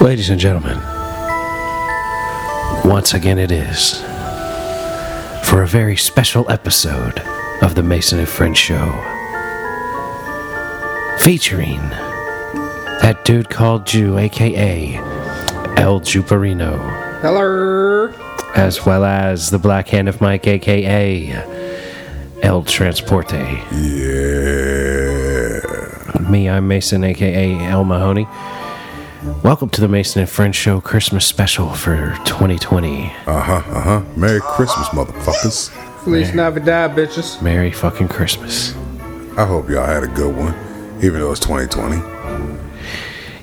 Ladies and gentlemen, once again it is for a very special episode of the Mason and Friend Show featuring that dude called Jew, aka El Juperino, Hello. as well as the Black Hand of Mike, aka El Transporte. Me, I'm Mason, aka El Mahoney. Welcome to the Mason and Friend Show Christmas special for 2020. Uh huh, uh huh. Merry Christmas, motherfuckers. Feliz Navidad, bitches. Merry fucking Christmas. I hope y'all had a good one, even though it's 2020.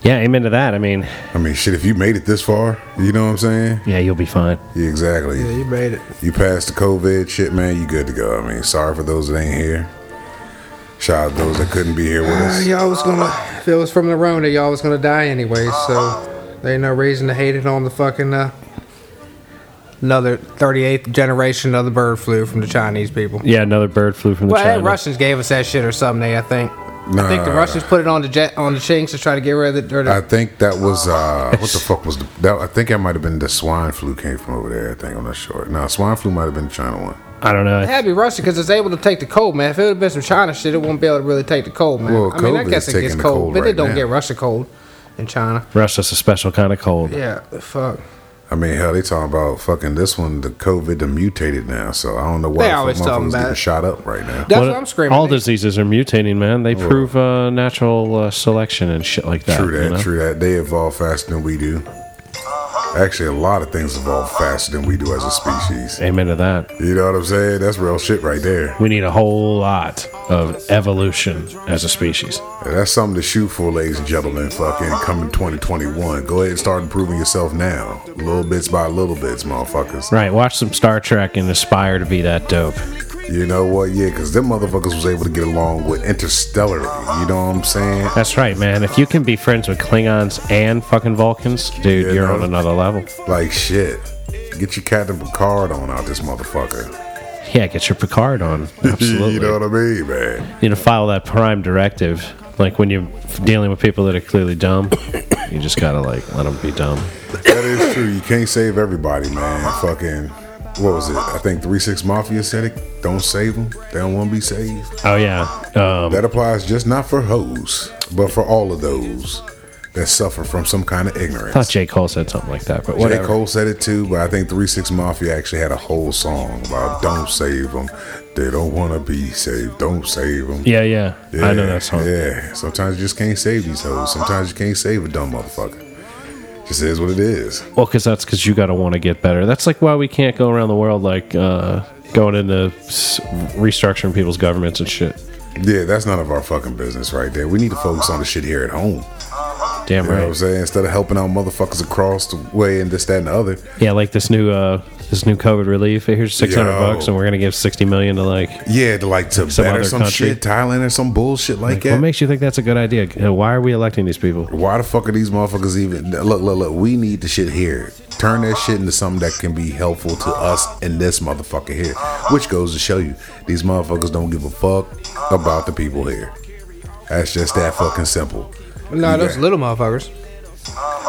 Yeah, amen to that. I mean, I mean, shit, if you made it this far, you know what I'm saying? yeah, you'll be fine. Yeah, exactly. You made it. You passed the COVID shit, man, you good to go. I mean, sorry for those that ain't here. Shout out those that couldn't be here with us. y'all was gonna, if it was from the Rona, y'all was gonna die anyway, so there ain't no reason to hate it on the fucking, uh, another 38th generation of the bird flu from the Chinese people. Yeah, another bird flew from the Well, China. the Russians gave us that shit or something, they, I think. I think the Nah. Russians put it on the jet, on the chinks to try to get rid of it. Or the, I think that was uh, what the fuck was the, that? I think that might have been the swine flu came from over there. I think I'm not sure. No, swine flu might have been the China one. I don't know. it had to be Russian because it's able to take the cold, man. If it would have been some China shit, it wouldn't be able to really take the cold, man. Well, I mean, I COVID guess is it gets taking the cold, cold but it right don't now. get Russia cold in China. Russia's a special kind of cold. Yeah, fuck. I mean, hell, they talking about fucking this one, the COVID, the mutated now. So I don't know why They the fuck always motherfuckers talking about getting it. shot up right now. That's What- what, I'm screaming. All They- diseases are mutating, man. They prove uh, natural uh, selection and shit like that. True that, you know? true that. They evolve faster than we do. Actually, a lot of things evolve faster than we do as a species. Amen to that. You know what I'm saying? That's real shit right there. We need a whole lot of evolution as a species. And that's something to shoot for, ladies and gentlemen. Fucking coming 2021. Go ahead and start improving yourself now. Little bits by little bits, motherfuckers. Right, watch some Star Trek and aspire to be that dope. You know what? Yeah, because them motherfuckers was able to get along with interstellarly. You know what I'm saying? That's right, man. If you can be friends with Klingons and fucking Vulcans, dude, Yeah, you're no. on another level. Like shit. Get your Captain Picard on out this motherfucker. Yeah, get your Picard on. Absolutely. you know what I mean, man? you know, follow that prime directive. Like when you're dealing with people that are clearly dumb, you just gotta like let them be dumb. That is true. You can't save everybody, man. Fucking, what was it? I think Three Six Mafia said it. Don't save them. They don't want to be saved. Oh yeah, um, That applies just not for hoes, but for all of those that suffer from some kind of I thought ignorance. J Cole said something like that, but J. whatever. Cole said it too, but I think Three Six Mafia actually had a whole song about "Don't save them." They don't want to be saved. Don't save them. Yeah, yeah, I know that song. Yeah. Sometimes you just can't save these hoes. Sometimes you can't save a dumb motherfucker. Just is what it is. Well, because that's because you gotta want to get better. That's like why we can't go around the world like uh, going into s- restructuring people's governments and shit. Yeah, that's none of our fucking business right there. We need to focus on the shit here at home. Damn You know what I'm right. saying? Instead of helping out motherfuckers across the way and this, that, and the other. Yeah, like this new uh, this new COVID relief. Here's six hundred Yo. bucks, and we're gonna give sixty million to like. Yeah, to like Tibet some or other some country. shit, Thailand or some bullshit like, What that. makes you think that's a good idea? Uh, Why are we electing these people? Why the fuck are these motherfuckers even? Look, look, look. We need the shit here. Turn that shit into something that can be helpful to us and this motherfucker here. Which goes to show you, these motherfuckers don't give a fuck about the people here. That's just that fucking simple. No, You those got- little motherfuckers.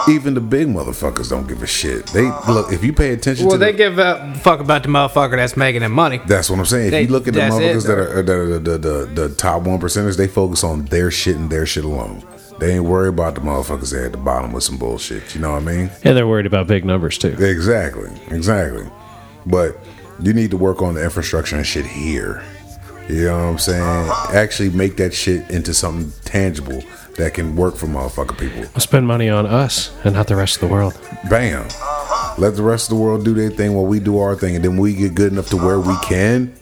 Even the big motherfuckers don't give a shit. They look if you pay attention. Well, to the- they give a fuck about the motherfucker that's making them money. That's what I'm saying. If They- you look at the that's it, motherfuckers that are, that are the, the, the, the top one percenters, they focus on their shit and their shit alone. They ain't worried about the motherfuckers that at the bottom with some bullshit. You know what I mean? And they're worried about big numbers too. Exactly, exactly. But you need to work on the infrastructure and shit here. You know what I'm saying? Actually, make that shit into something tangible that can work for motherfucking people. spend money on us and not the rest of the world. Bam. Let the rest of the world do their thing while we do our thing, and then we get good enough to where we can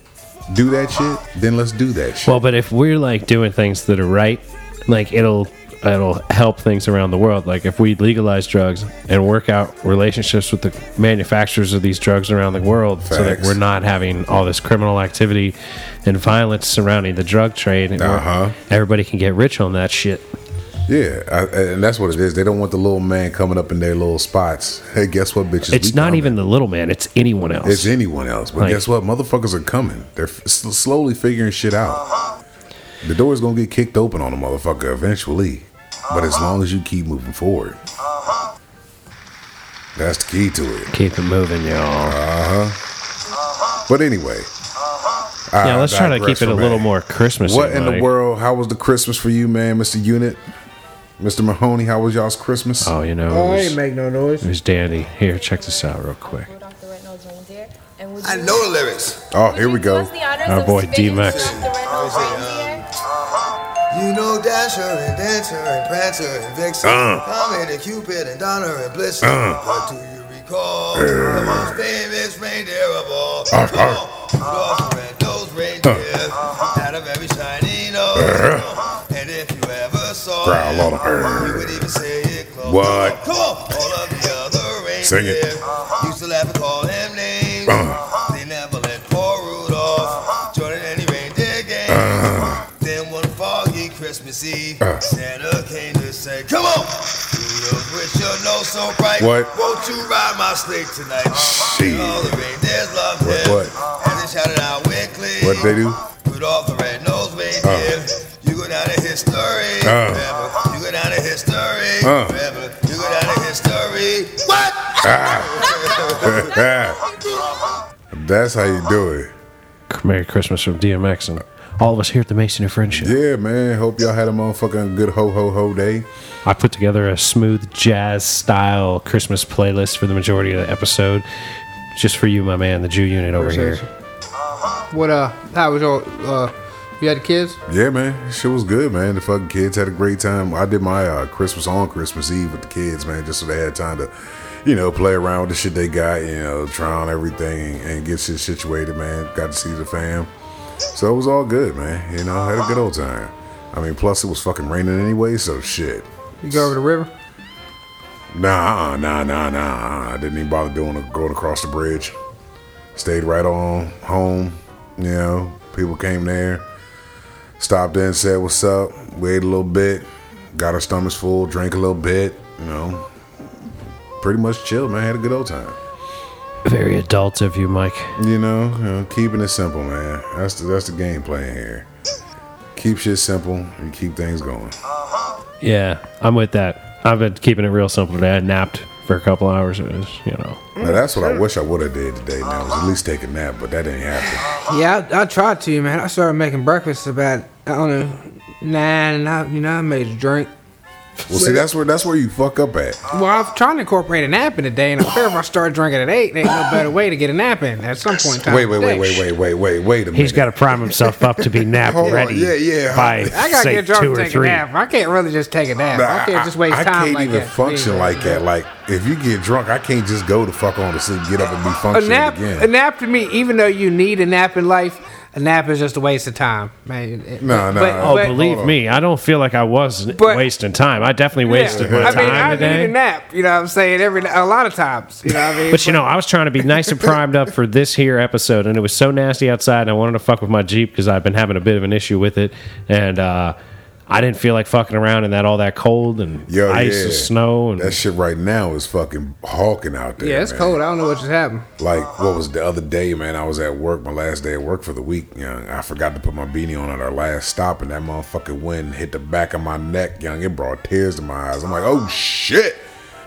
do that shit. Then let's do that shit. Well, but if we're like doing things that are right, like it'll it'll help things around the world. Like if we legalize drugs and work out relationships with the manufacturers of these drugs around the world, so that Facts. we're not having all this criminal activity and violence surrounding the drug trade, and we're- Uh-huh. everybody can get rich on that shit. Yeah, I, and that's what it is. They don't want the little man coming up in their little spots. Hey, guess what, bitches? It's We not coming. even the little man; it's anyone else. It's anyone else, but Like- guess what? Motherfuckers are coming. They're f- s- slowly figuring shit out. The door's gonna get kicked open on a motherfucker eventually, but as long as you keep moving forward, That's the key to it. Keep it moving, y'all. But anyway. Yeah, I let's try to digress keep it a from little that. more Christmas. Uh, What in the world? How was the Christmas for you, man, Mr. Unit? Mr. Mahoney, how was y'all's Christmas? Oh, you know, Oh, I it ain't was, make no noise. it was dandy. Here, check this out real quick. Dr. Reynolds Jones here, and would I you- know the lyrics. Oh, would here you we do go. us the honors Our of boy spinning D-Max. Dr. Reynolds Jones here? You know Dasher and Dancer and Prancer and Vixen, Uh. Comet and Cupid and Donner and Blitzen. Uh. But do you recall the most famous reindeer of all? Arr, arr. Rudolph the Red-Nosed Reindeer Uh. had a very shiny nose. And if you ever saw Growl, him, Uh. lot of arr. you would even say it close. What? Come on, all of the other reindeer Sing it. Uh-huh. used to laugh and call him names. Uh. They never let poor Uh-huh. Rudolph join in any reindeer games. Then one foggy Christmas Eve, Uh. Santa came to say, Come on, Rudolph, with your nose so bright, What? Oh, won't you ride my sleigh tonight? Shit. And all the reindeers loved What- him, what? and they shouted out weekly. What they do? Rudolph the red-nosed reindeer, you go down in history Uh. forever. You go down in history Uh. forever. You go down in history. What? That's how you do it. Merry Christmas from DMX and all of us here at the Mason of Friendship. Yeah, man. Hope y'all had a motherfucking good ho ho ho day. I put together a smooth jazz style Christmas playlist for the majority of the episode, just for you, my man, the Jew unit over here. What uh? How was your uh? You had kids? Yeah, man. Shit was good, man. The fucking kids had a great time. I did my uh, Christmas on Christmas Eve with the kids, man, just so they had time to, you know, play around with the shit they got, you know, try on everything and get shit situated, man. Got to see the fam. So it was all good, man. You know, had a good old time. I mean, plus it was fucking raining anyway, so shit. You go over the river? Nah, uh-uh, nah, nah, nah. uh-uh. I didn't even bother doing a, going across the bridge. Stayed right on home. You know, people came there, stopped in, said what's up. We ate a little bit, got our stomachs full, drank a little bit. You know, pretty much chilled, man. Had a good old time. Very adult of you, Mike. You know, you know, keeping it simple, man. That's the that's the game plan here. Keep shit simple and keep things going. Yeah, I'm with that. I've been keeping it real simple today. I napped for a couple hours. It was, you know, Now that's what I wish I would have did today. Now was at least take a nap, but that didn't happen. Yeah, I, I tried to, man. I started making breakfast about I don't know nine, and I you know I made a drink. Well, see, that's where that's where you fuck up at. Well, I'm trying to incorporate a nap in the day, and I'm sure if I start drinking at eight, there ain't no better way to get a nap in at some point in time. Wait, wait, wait, today. wait, wait, wait, wait, wait a minute. he's got to prime himself up to be nap Hold on, ready. yeah, yeah. By I gotta say get drunk two and or take a three. nap. I can't really just take a nap. Nah, I can't just waste I time can't like even that. function Yeah. like that. Like if you get drunk, I can't just go to fuck on to sleep, get up and be a functioning nap. again. A nap to me, even though you need a nap in life, a nap is just a waste of time, man. It- No, no, but- no. Oh, but- believe on. me, I don't feel like I was But- wasting time. I definitely wasted Yeah. my I mean, time I today. need a nap. You know what I'm saying? Every a lot of times. You know what I mean? But you know, I was trying to be nice and primed up for this here episode, and it was so nasty outside, and I wanted to fuck with my Jeep because I've been having a bit of an issue with it, and uh, I didn't feel like fucking around in that all that cold and Yo, ice yeah. and snow, and that shit right now is fucking hawking out there. yeah, it's man. cold. I don't know what just happened. Like what was the other day, man? I was at work, my last day at work for the week. Young, I forgot to put my beanie on at our last stop, and that motherfucking wind hit the back of my neck. Young, it brought tears to my eyes. I'm like, oh shit.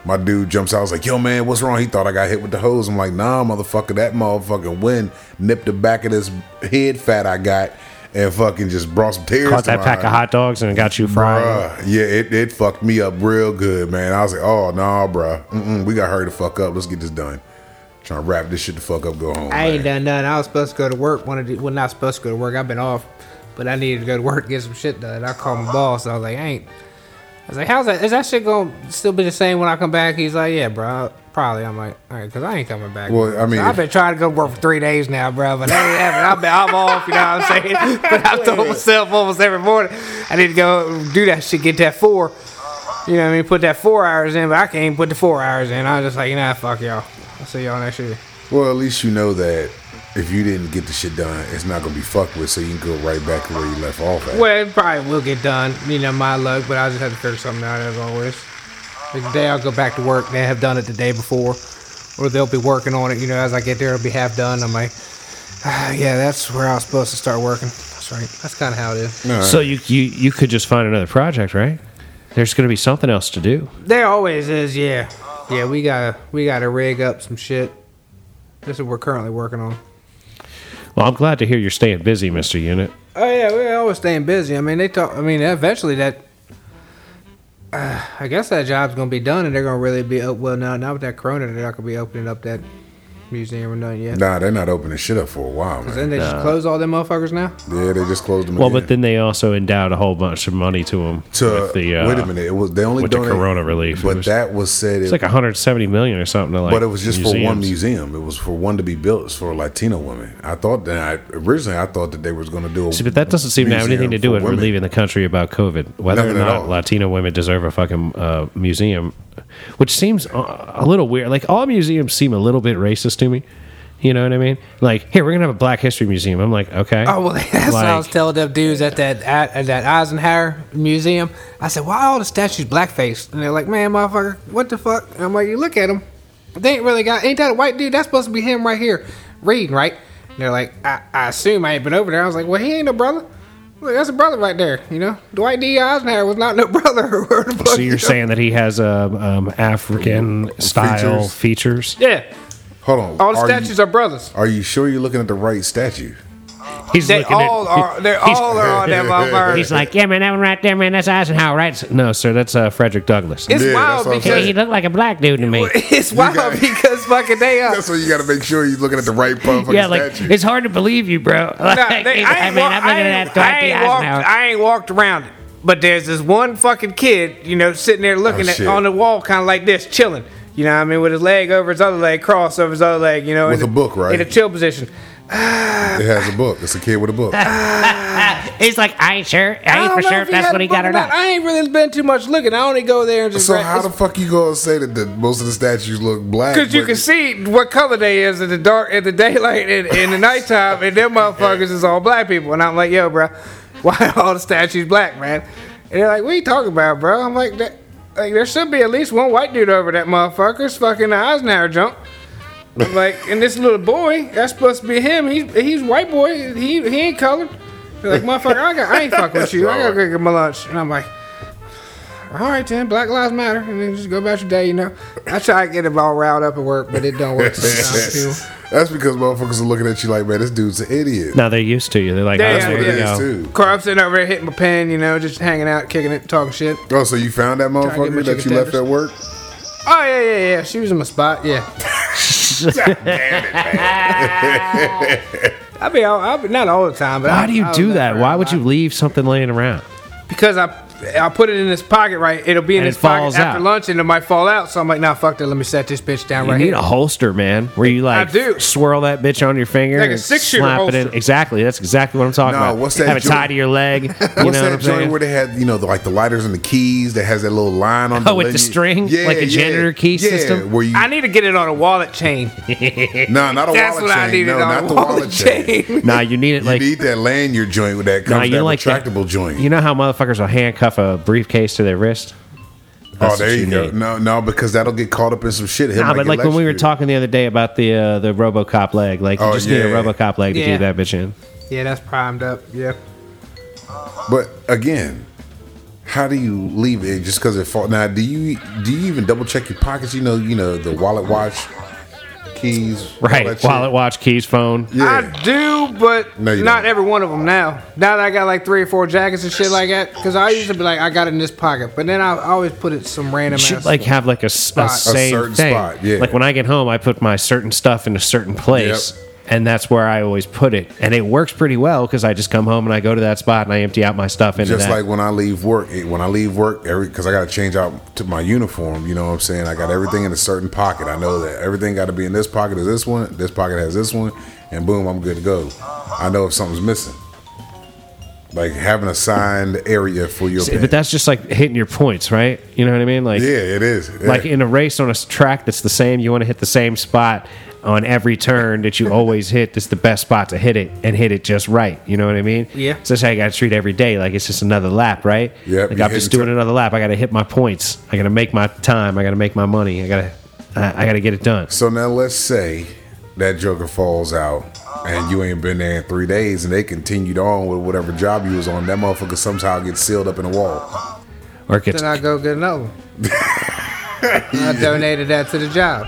My dude jumps out. I was like, yo, man, what's wrong? He thought I got hit with the hose. I'm like, nah, motherfucker, that motherfucking wind nipped the back of this head fat I got and fucking just brought some tears caught to that my pack of eyes. hot dogs and it got you fried. Bruh, yeah, it, it fucked me up real good, man. I was like, oh, nah, bruh. Mm-mm, we got her to fuck up. Let's get this done. Trying to wrap this shit the fuck up, go home. I ain't Oh, done man. nothing. I was supposed to go to work. One of the, well, not supposed to go to work. I've been off, but I needed to go to work get some shit done. I called my boss. I was like, I ain't. I was like, how's that? Is that shit going to still be the same when I come back? He's like, yeah, bro. Probably. I'm like, all right, because I ain't coming back. Well, I mean, So I've been trying to go to work for three days now, bro, but I ain't having I've been, I'm off, you know what I'm saying? But I told myself almost every morning, I need to go do that shit, get that four. You know what I mean? Put that four hours in, but I can't even put the four hours in. I was just like, nah, fuck y'all. I'll see y'all next year. Well, at least you know that if you didn't get the shit done, it's not gonna be fucked with, so you can go right back to where you left off at. Well, it probably will get done. You know, my luck, but I just have to figure something out as always. Like today, I'll go back to work. They have done it the day before, or they'll be working on it. You know, as I get there, it'll be half done. I'm like, ah, yeah, that's where I was supposed to start working. That's right. That's kind of how it is. So you, you you could just find another project, right? There's going to be something else to do. There always is, yeah. Yeah, we gotta we gotta rig up some shit. This is what we're currently working on. Well, I'm glad to hear you're staying busy, Mister Unit. Oh yeah, we're always staying busy. I mean, they talk. I mean, eventually that. Uh, I guess that job's gonna be done, and they're gonna really be up. Well, now now with that Corona, they're not gonna be opening up that museum or nothing yet. Nah, they're not opening shit up for a while, Then man. they just close all them motherfuckers now. yeah, they just closed them. Well, again. but then they also endowed a whole bunch of money to him to with the uh, wait a minute, it was they only with the donated- corona relief. but It was- that was said. It, It's like 170 million or something. to, Like but it was just for one museums. museum. It was for one to be built. It's for Latino women. I thought that I, originally I thought that they was going to do. A See, but that doesn't seem to have museum anything to do for with women. relieving the country about COVID. Whether Nothing or at not all. Latino women deserve a fucking uh, museum, which seems a, a little weird. Like all museums seem a little bit racist to me. You know what I mean? Like, here we're gonna have a Black History Museum. I'm like, okay. Oh well, that's what I was telling them dudes at that at, at that Eisenhower Museum. I said, "Why are all the statues blackface?" And they're like, "Man, motherfucker, what the fuck?" And I'm like, "You look at them. They ain't really got. Ain't that a white dude? That's supposed to be him right here, reading, right?" And they're like, I, "I assume I ain't been over there." I was like, "Well, he ain't no brother. Look, that's a brother right there. You know, Dwight D. Eisenhower was not no brother." Where the fuck so you you're know? saying that he has um, um, African style features? yeah, Hold on, all the are statues you, are brothers. Are you sure you're looking at the right statue? He's They looking at- all are. They he's- all are on that motherfucker. He's like, yeah, man, that one right there, man, that's Eisenhower, right? No, sir, that's uh, Frederick Douglass. it's Yeah, that's wild what I'm Yeah, because he looked like a black dude to me. it's wild got- because fucking they are. That's why you got to make sure you're looking at the right motherfucking Yeah, like statue. it's hard to believe you, bro. No, Like, they, I, I ain't mean, walk- I'm I looking ain't- at Dwight I D. ain't walked, Eisenhower. I ain't walked around it. But there's this one fucking kid, you know, sitting there looking Oh, at, shit. on the wall, kind of like this, chilling. You know what I mean? With his leg over his other leg, crossed over his other leg, you know. With in a book, right? In a chill position. it has a book. It's a kid with a book. He's like, I ain't sure. I ain't for sure if that's had what he a book got or not. I ain't really been too much looking. I only go there and just. so how the fuck you gonna say that the, most of the statues look black? because you but- can see what color they is in the dark, in the daylight, and in the nighttime, and them motherfuckers is all black people. And I'm like, yo, bro, why are all the statues black, man? And they're like, what you talking about, bro? I'm like, that, like there should be at least one white dude over that motherfucker's fucking the Eisenhower jump. I'm like, and this little boy, that's supposed to be him. He's he's white boy. He he ain't colored. They're like, motherfucker, I, got, I ain't fucking with you. I gotta go get my lunch. And I'm like. All right, then. Black Lives Matter, and then just go about your day. You know, I try to get them all riled up at work, but it don't work. sometimes, too. That's because motherfuckers are looking at you like, man, this dude's an idiot. No, they're used to you. They're like, Yeah, oh, that's yeah, what yeah. you know. It is, too. Carl, I'm sitting over here hitting my pen. You know, just hanging out, kicking it, talking shit. Oh, so you found that get my motherfucker that chicken you left tenders. at work? Oh yeah, yeah, yeah. She was in my spot. Yeah. I be all, I be, not all the time, but Why I- do you I'll do let that? her Why out. would you leave something laying around? Because I I put it in this pocket, right? It'll be in And this it pocket falls after out. lunch, and it might fall out. So I'm like, nah, fuck that. Let me set this bitch down You right need here. a holster, man, where you like do. swirl that bitch on your finger, Like a and six-shooter slap it in. holster. Exactly, that's exactly what I'm talking Nah, about. what's that Have it joint- tied to your leg. You know What's what I'm that joint saying? where they had, you know, the, like the lighters and the keys that has that little line on Oh, with the lid? string? Like a janitor key yeah, system? Where you, I need to get it on a wallet chain. nah, not a That's wallet what chain. I needed no, on not a the wallet, wallet chain. chain. nah, you need it You like need that lanyard joint with that comes nah, with you that like that- retractable joint. You know how motherfuckers will handcuff a briefcase to their wrist? oh, That's there what you, you go. need. No, no, because that'll get caught up in some shit. He'll Nah, make Ah, but it like when we were electrocute. talking the other day about the uh, the RoboCop leg, like Oh, you just need a yeah. RoboCop leg to Yeah. do that bitch in. Yeah, that's primed up. Yeah. But again, how do you leave it just because it fall? Now, do you do you even double check your pockets? You know, you know the wallet, watch, keys, all that Right. shit? Wallet, watch, keys, phone. Yeah. I do, but No, you not don't. every one of them now. Now that I got like three or four jackets and shit like that, because I used to be like, I got it in this pocket, but then I always put it some random You should ass. like have like a, s- a same certain thing. spot, yeah. Like when I get home, I put my certain stuff in a certain place, Yep. and that's where I always put it. And it works pretty well because I just come home and I go to that spot and I empty out my stuff into Just that. like when I leave work, it- when I leave work, every because I got to change out to my uniform. You know what I'm saying? I got everything in a certain pocket. I know that everything got to be in this pocket is this one, this pocket has this one, and boom, I'm good to go. I know if something's missing. Like having a signed area for your. but that's just like hitting your points, right? You know what I mean? Like yeah, it is. like Yeah. in a race on a s- track that's the same you want to hit the same spot on every turn that you always hit that's the best spot to hit it and hit it just right you know what i mean Yeah. so that's how you gotta treat every day like it's just another lap right Yep, like you i'm just hitting doing another lap i gotta hit my points i gotta make my time i gotta make my money i gotta i, I gotta get it done So now let's say that Joker falls out and you ain't been there in three days and they continued on with whatever job you was on. That motherfucker somehow gets sealed up in a wall. or it gets Then I go get another one. I donated that to the job.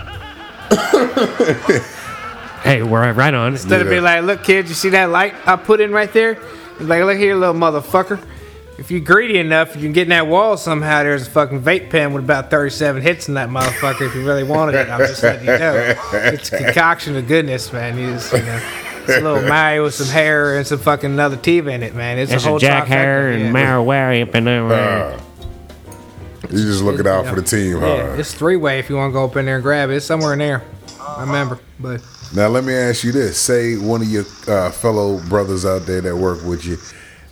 Hey, we're right on. it. Instead of being like, look, kid, you see that light I put in right there? Like, look here, little motherfucker. If you're greedy enough, you can get in that wall somehow. There's a fucking vape pen with about 37 hits in that motherfucker if you really wanted it. I'm just letting you know. It's a concoction of goodness, man. You just, you know, it's a little Mario with some hair and some fucking another teeth in it, man. It's That's a a whole Jack trifecta, Hare yeah. and Marawari up in there. Uh, you just looking out for the team, Yeah, huh? it's three way if you want to go up in there and grab it. It's somewhere in there. I remember, but Now let me ask you this: Say one of your uh, fellow brothers out there that work with you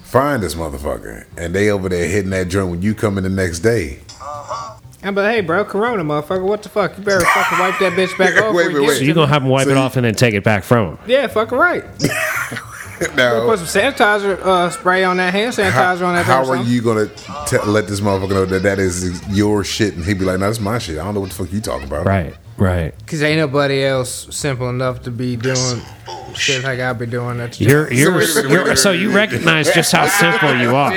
find this motherfucker, and they over there hitting that joint when you come in the next day. I'm like, hey, bro, Corona, motherfucker, what the fuck? You better fucking wipe that bitch back off. Wait, before wait, you wait. So get you it to gonna have him wipe So it you- off and then take it back from him? me." Yeah, fucking right. Now, Put some sanitizer uh, spray on that hand sanitizer how, on that. how bitch or are something. you gonna te- let this motherfucker know that that is your shit? And he'd be like, "No, that's my shit. I don't know what the fuck you talking about." Right, right. Cause ain't nobody else simple enough to be doing shit like I be doing. That's just, You're, you're, wait a minute, you're- wait a so you recognize just how simple you are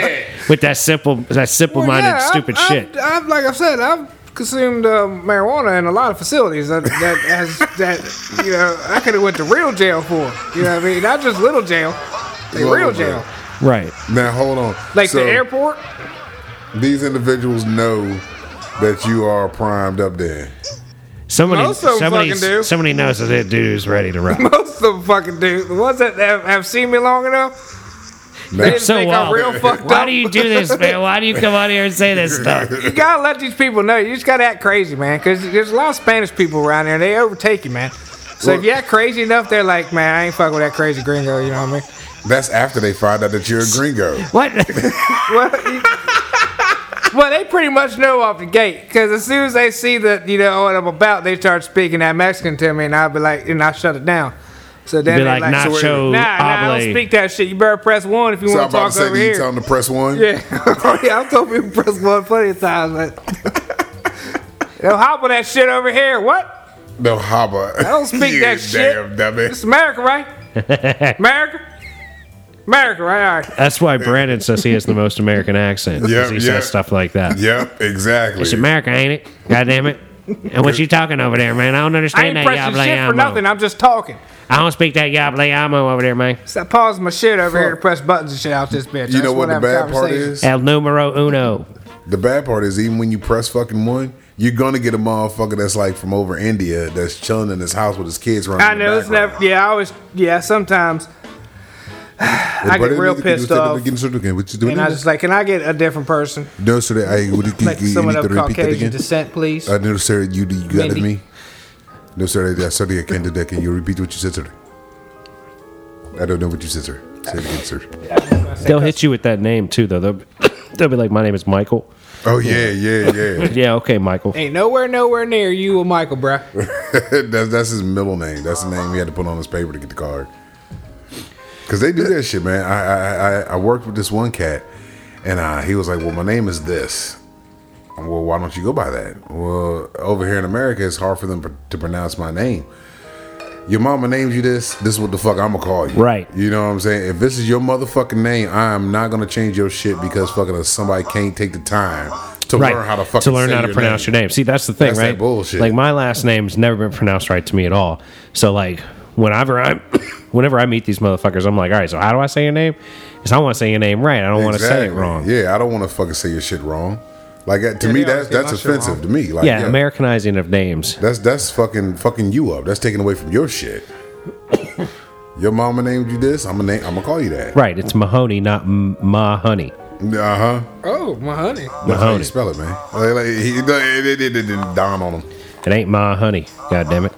with that simple, that simple-minded, stupid I've, shit. I've, like I said, I've consumed uh, marijuana in a lot of facilities that that has that you know I could have went to real jail for. You know what I mean? Not just little jail, like Little real jail. jail. right. Now hold on. Like So, the airport. These individuals know that you are primed up there. Somebody, Most of 'em somebody, fucking do. somebody knows that that dude is ready to rock. Most of them fucking do. The ones that have, have seen me long enough, Now, It's- So think I'm wild. real fucked Why up? do you do this, man? Why do you come out here and say this stuff? you gotta let these people know. You just gotta act crazy, man. Because there's a lot of Spanish people around there. They overtake you, man. So if you act crazy enough, they're like, man, I ain't fucking with that crazy gringo. You know what I mean? that's after they find out that you're a gringo. What? Well, you- well, they pretty much know off the gate because as soon as they see that you know what I'm about, they start speaking that Mexican to me, and I'll be like, and I shut it down. So then Be they're like, "Nacho nah, nah, I Oblate." don't speak that shit. You better press one if you So want I'm to about to talk say, over do you here. tell them to press one? Yeah. oh, yeah, I've told people press one plenty of times. But They'll hop on that shit over here. What? No, haba. I don't speak you that shit. Damn, dummy. It's America, right? America? America, right? All right. That's why Brandon says he has the most American accent. 'cause Yep, he yep. says stuff like that. Yep, exactly. It's America, ain't it? God damn it. And what you talking over there, man? I don't I understand ain't that pressing yable shit for nothing. yamo. I'm just talking. I don't speak that yable yamo over there, man. So I pause my shit over here to press buttons and shit out this bitch. you That's know what the I'm bad part conversation. is? El numero uno. The bad part is even when you press fucking one, you're gonna get a motherfucker that's like from over India that's chilling in his house with his kids running. I in the know it's background. never. Yeah, I always. Yeah, sometimes. I But get it real is- you pissed said off. again, so again, what you doing And I just like, can I get a different person? No, sir, I would you- Like you someone need of to repeat that Caucasian again? descent, please. Uh, no, sir, you you got it Maybe. me. No, sir, I said I can't do that. Can you repeat what you said, sir? I don't know what you said, sir. Say it again, sir. They'll hit you with that name, too, though. They'll, they'll be like, my name is Michael. Oh yeah, yeah, yeah. Yeah, okay, Michael. Ain't nowhere, nowhere near you or Michael, bruh. that's that's his middle name. That's the name he had to put on his paper to get the card. Cause they do that shit, man. I I I, I worked with this one cat, and uh, he was like, "Well, my name is this." Well, why don't you go by that? Well, over here in America, it's hard for them pr- to pronounce my name. Your mama names you this. This is what the fuck I'm gonna call you. Right. You know what I'm saying? If this is your motherfucking name, I am not gonna change your shit because fucking somebody can't take the time to Right. learn how to fucking to learn say how to your pronounce name. your name. See, that's the thing, That's that right? bullshit. Like my last name's never been pronounced right to me at all. So like whenever I whenever I meet these motherfuckers, I'm like, all right, so how do I say your name? Because I want to say your name right. I don't want to say it Exactly. wrong. Yeah, Yeah, I don't want to fucking say your shit wrong. Like that- to Yeah, me, they that's always get that's my shit offensive wrong. to me. Like Americanizing of names. that's that's fucking fucking you up. That's taking away from your shit. your mama named you this. I'm gonna name, I'm gonna call you that. Right, it's Mahoney, not M- Mahoney. Uh huh. Oh, my honey. That's how you Mahoney. spell it, man. Like, like, he, it, it, it, it, it dawned on him. It ain't Mahoney. God damn it.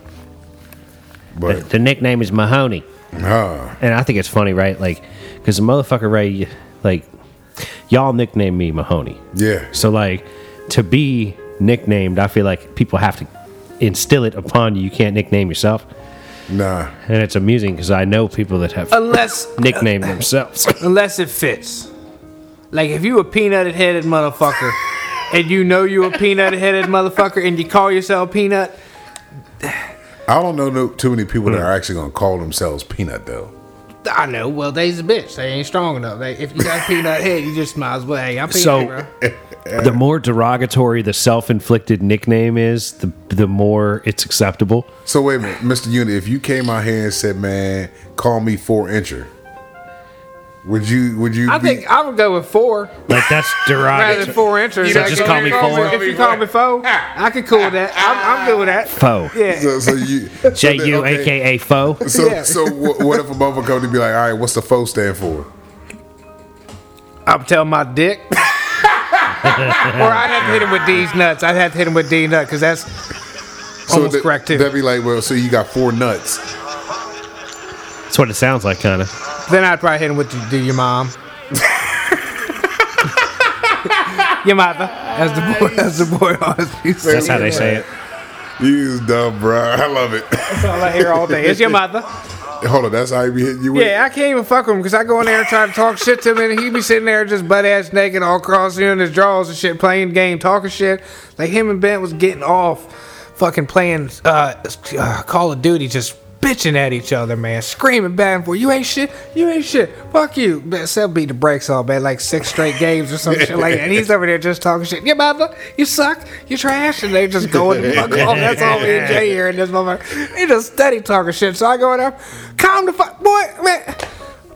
The, But uh, the nickname is Mahoney. huh. and I think it's funny, right? Like, because the motherfucker, right? Like, y'all nickname me Mahoney. Yeah. So like, to be nicknamed, I feel like people have to instill it upon you. You can't nickname yourself, nah. and it's amusing because I know people that have Unless, nicknamed themselves. unless it fits. Like if you a peanut headed motherfucker, and you know you a peanut headed motherfucker, and you call yourself peanut, I don't know no, too many people Hmm. that are actually gonna call themselves peanut though. I know. Well, they's a bitch. They ain't strong enough. They, if you got peanut head, you just might as well. Hey, I'm peanut, So- bro. the more derogatory the self-inflicted nickname is, the the more it's acceptable. So wait a minute, Mr. Unit, if you came out here and said, "Man, call me four incher," would you? Would you? I be, think I would go with four Like that's rather than derogatory. four inches. So just call me four? If you call me four, I could cool that. I'm, I'm good with that. Foe. Yeah. So, so you. J U okay. A K A foe. So Yeah. so what, what if a motherfucker come to be like, "All right, what's the foe stand for?" I'm telling my dick. or I'd have to hit him with D's nuts. I'd have to hit him with D nut because that's almost that- correct too. That'd be like, well, so you got four nuts. That's what it sounds like, kind of. Then I'd probably hit him with the, do your mom. your mother, as the boy, as the boy always That's how they say it. You is dumb, bro. I love it. That's all I hear all day. It's your mother. Hold on, that's how you be hitting you with. Yeah, I can't even fuck with him because I go in there and try to talk shit to him, and he be sitting there just butt ass naked, all cross in his drawers and shit, playing game, talking shit. Like him and Ben was getting off, fucking playing uh, uh, Call of Duty, just bitching at each other, man, screaming back and forth. You ain't shit. You ain't shit. Fuck you. Man, Seth beat the brakes off, man, like six straight games or some shit like that. And he's over there just talking shit. Your mother, you suck, you trash, and they just going the fuck off. That's all me and Jay here in this motherfucker. He just steady talking shit. So I go in there, calm the fuck, boy, man.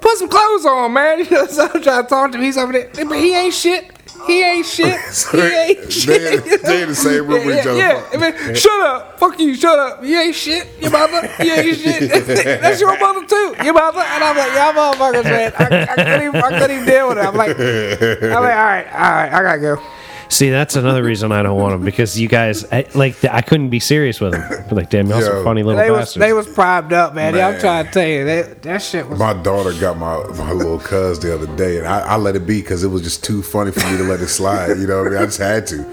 Put some clothes on, man. You know, so I'm trying to talk to him. He's over there, but he ain't shit. He ain't shit. He They- ain't shit. they in the same room with each other. Yeah, yeah. I mean, shut up. Fuck you. Shut up. You ain't shit. Your mother. You ain't shit. That's your mother too. Your mother. And I'm like, y'all motherfuckers, man. I, I, couldn't even, I couldn't even deal with it. I'm like, I'm like, all right, all right. I gotta go. See, that's another reason I don't want them because you guys, I, like, I couldn't be serious with them. Like, damn, y'all Yo. some funny little They was bastards. they was primed up, man. Yeah, I'm Man. trying to tell you that that shit was. My daughter got my, my little cuz the other day, and I, I let it be because it was just too funny for me to let it slide. You know what I mean? I just had to.